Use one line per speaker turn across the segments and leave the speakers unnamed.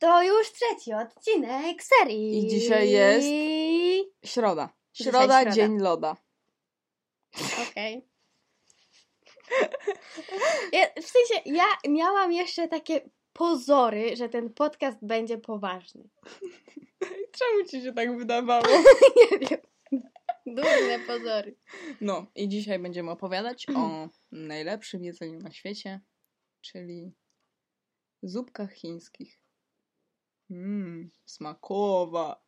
To już trzeci odcinek serii.
I dzisiaj jest- Środa.
Dzisiaj
Środa,
środa.
dzień loda.
Okej. Ja, w sensie, ja miałam jeszcze takie pozory, że ten podcast będzie poważny.
Czemu ci się tak wydawało?
Nie wiem. Durne pozory.
No, i dzisiaj będziemy opowiadać o najlepszym jedzeniu na świecie, czyli zupkach chińskich. Mmm, smakowa.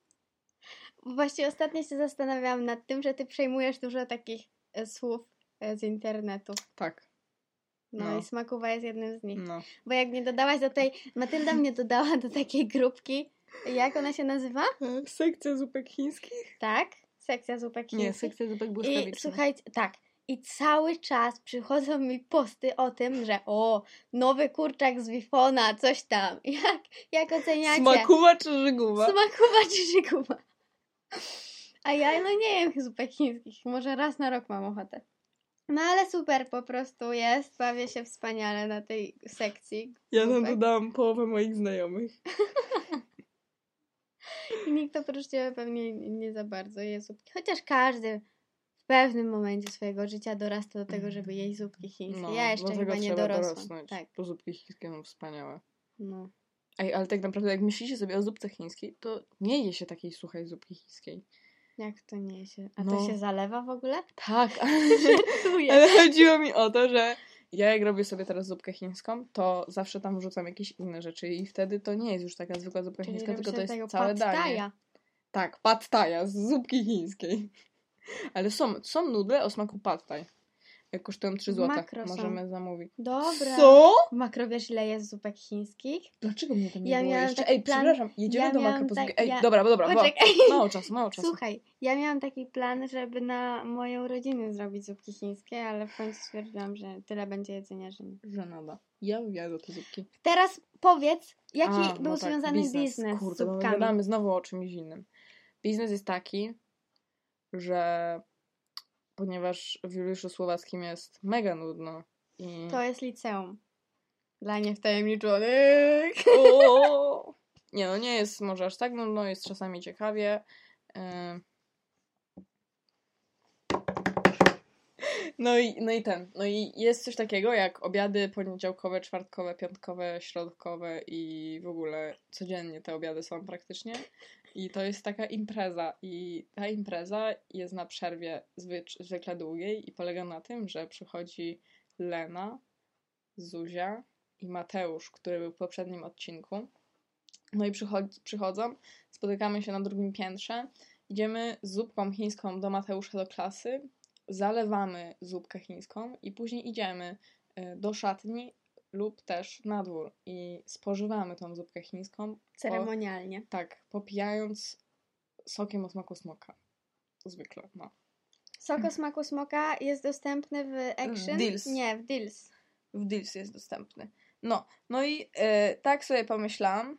Właśnie ostatnio się zastanawiałam nad tym, że ty przejmujesz dużo takich e, słów e, z internetu.
Tak,
No,
No.
i smakowa jest jednym z nich.
no.
Bo jak mnie dodałaś do tej... Matylda mnie dodała do takiej grupki. Jak ona się nazywa?
Sekcja zupek chińskich?
Tak? Sekcja zupek chińskich.
Nie, sekcja zupek
I
błyskawicznych.
słuchajcie, tak. I cały czas przychodzą mi posty o tym, że o, nowy kurczak z Wifona, coś tam. Jak, jak oceniacie?
Smakuwa czy żygówa?
Smakuwa czy szykuwa? A ja no nie jem zupek chińskich, może raz na rok mam ochotę. No ale super po prostu jest, bawię się wspaniale na tej sekcji
ja tam
zupek.
dodałam połowę moich znajomych.
i nikt oprócz ciebie pewnie nie za bardzo je zupki. Chociaż każdy w pewnym momencie swojego życia dorasta do tego, żeby jeść zupki chińskie. ja jeszcze
No, dlatego
chyba nie
trzeba
dorosłam.
dorosnąć,
Tak,
Bo zupki chińskie są wspaniałe.
no.
Ej, ale tak naprawdę jak myślicie sobie o zupce chińskiej, to nie je się takiej suchej zupki chińskiej.
Jak to nie się... A to
No.
się zalewa w ogóle?
Tak, ale,
Czuję.
ale chodziło mi o to, że ja jak robię sobie teraz zupkę chińską, to zawsze tam wrzucam jakieś inne rzeczy i wtedy to nie jest już taka zwykła zupka
Czyli
chińska,
robi
tylko to
się
jest
tego
całe
pad
danie.
thaia.
Tak, pad thaia z zupki chińskiej. Ale są, są nudle o smaku pad thai. Jak kosztują 3 zł,
Makro są.
możemy zamówić.
Dobra.
Co?
Makro wiesz ile jest zupek chińskich?
Dlaczego mnie tam nie
Ja
było
miałam
jeszcze?
taki
Ej,
plan-
przepraszam, jedziemy
ja
do
miałam
maka po
tak-
zupkę. Ej,
ja-
dobra, dobra, bo
Poczekaj.
mało czasu, mało czasu.
Słuchaj, ja miałam taki plan, żeby na moją rodzinę zrobić zupki chińskie, ale w końcu stwierdziłam, że tyle będzie jedzenia, że nie.
Żenada. Ja jadę te zupki.
Teraz powiedz, jaki
A,
był
no tak,
związany biznes, z
Kurde, bo my
zupkami.
gadamy znowu o czymś innym. Biznes jest taki, że ponieważ w Juliuszu Słowackim jest mega nudno i...
To jest liceum. Dla niewtajemniczonych.
O! Nie no, nie jest może aż tak nudno, jest czasami ciekawie. E, No i, no i ten, no i jest coś takiego jak obiady poniedziałkowe, czwartkowe, piątkowe, środkowe i w ogóle codziennie te obiady są praktycznie. I to jest taka impreza i ta impreza jest na przerwie zwycz- zwykle długiej i polega na tym, że przychodzi Lena, Zuzia, i Mateusz, który był w poprzednim odcinku. No i przychodzi, przychodzą, spotykamy się na drugim piętrze, idziemy z zupką chińską do Mateusza do klasy, zalewamy zupkę chińską i później idziemy y, do szatni lub też na dwór i spożywamy tą zupkę chińską,
Ceremonialnie.
tak, popijając sokiem o smaku smoka. Zwykle, no.
Soko smaku smoka jest dostępny w Action?
Deals.
Nie, w Deals.
w Deals jest dostępny. No, no i e, tak sobie pomyślałam,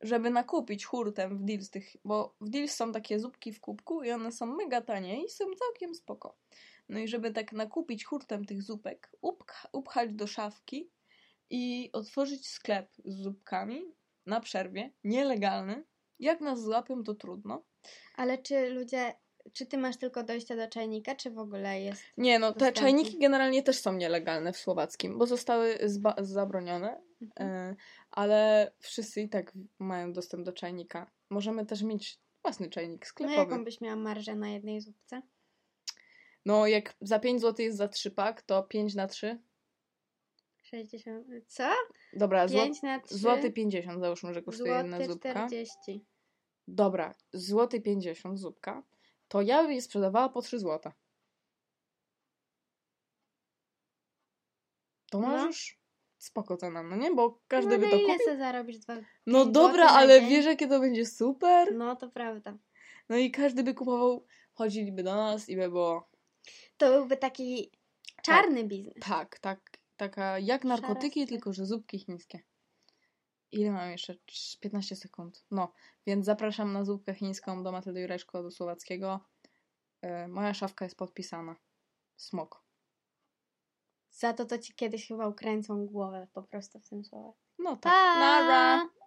żeby nakupić hurtem w Deals tych, bo w Deals są takie zupki w kubku i one są mega tanie i są całkiem spoko. No i żeby tak nakupić hurtem tych zupek, upch- upchać do szafki i otworzyć sklep z zupkami na przerwie, nielegalny. Jak nas złapią, to trudno.
Ale czy ludzie... Czy ty masz tylko dojście do czajnika, czy w ogóle jest...
Nie, no te
Dostępny.
czajniki generalnie też są nielegalne w słowackim, bo zostały zba- zabronione,
Mhm.
E, ale wszyscy i tak mają dostęp do czajnika. Możemy też mieć własny czajnik
No
sklepowy.
jaką byś miała marżę na jednej zupce?
No, jak za 5 zł jest za 3 pak, to 5 na 3.
60... Co?
Dobra, zł...
5 na 3?
złoty 50 załóżmy, że kosztuje jedna
Złoty
zupka.
40.
Dobra, złoty 50 zupka, to ja bym je sprzedawała po 3 zł. To
No.
masz już spoko cena, no nie? Bo każdy
no,
by
na
to
ile
kupił.
se zarobisz dwa...
No
zł
dobra,
na
ale
dzień?
wiesz, jakie to będzie super?
No to prawda.
No i każdy by kupował, chodziliby do nas i by było
To byłby taki czarny biznes.
tak, tak, taka jak narkotyki,
Szara
tylko że zupki chińskie. Ile mam jeszcze? Trz- 15 sekund. No, więc zapraszam na zupkę chińską do Matyldy Jureczko, do Słowackiego. E, moja szafka jest podpisana. Smok.
Za to to ci kiedyś chyba ukręcą głowę po prostu w tym słowie.
No
Pa!
tak. Nara!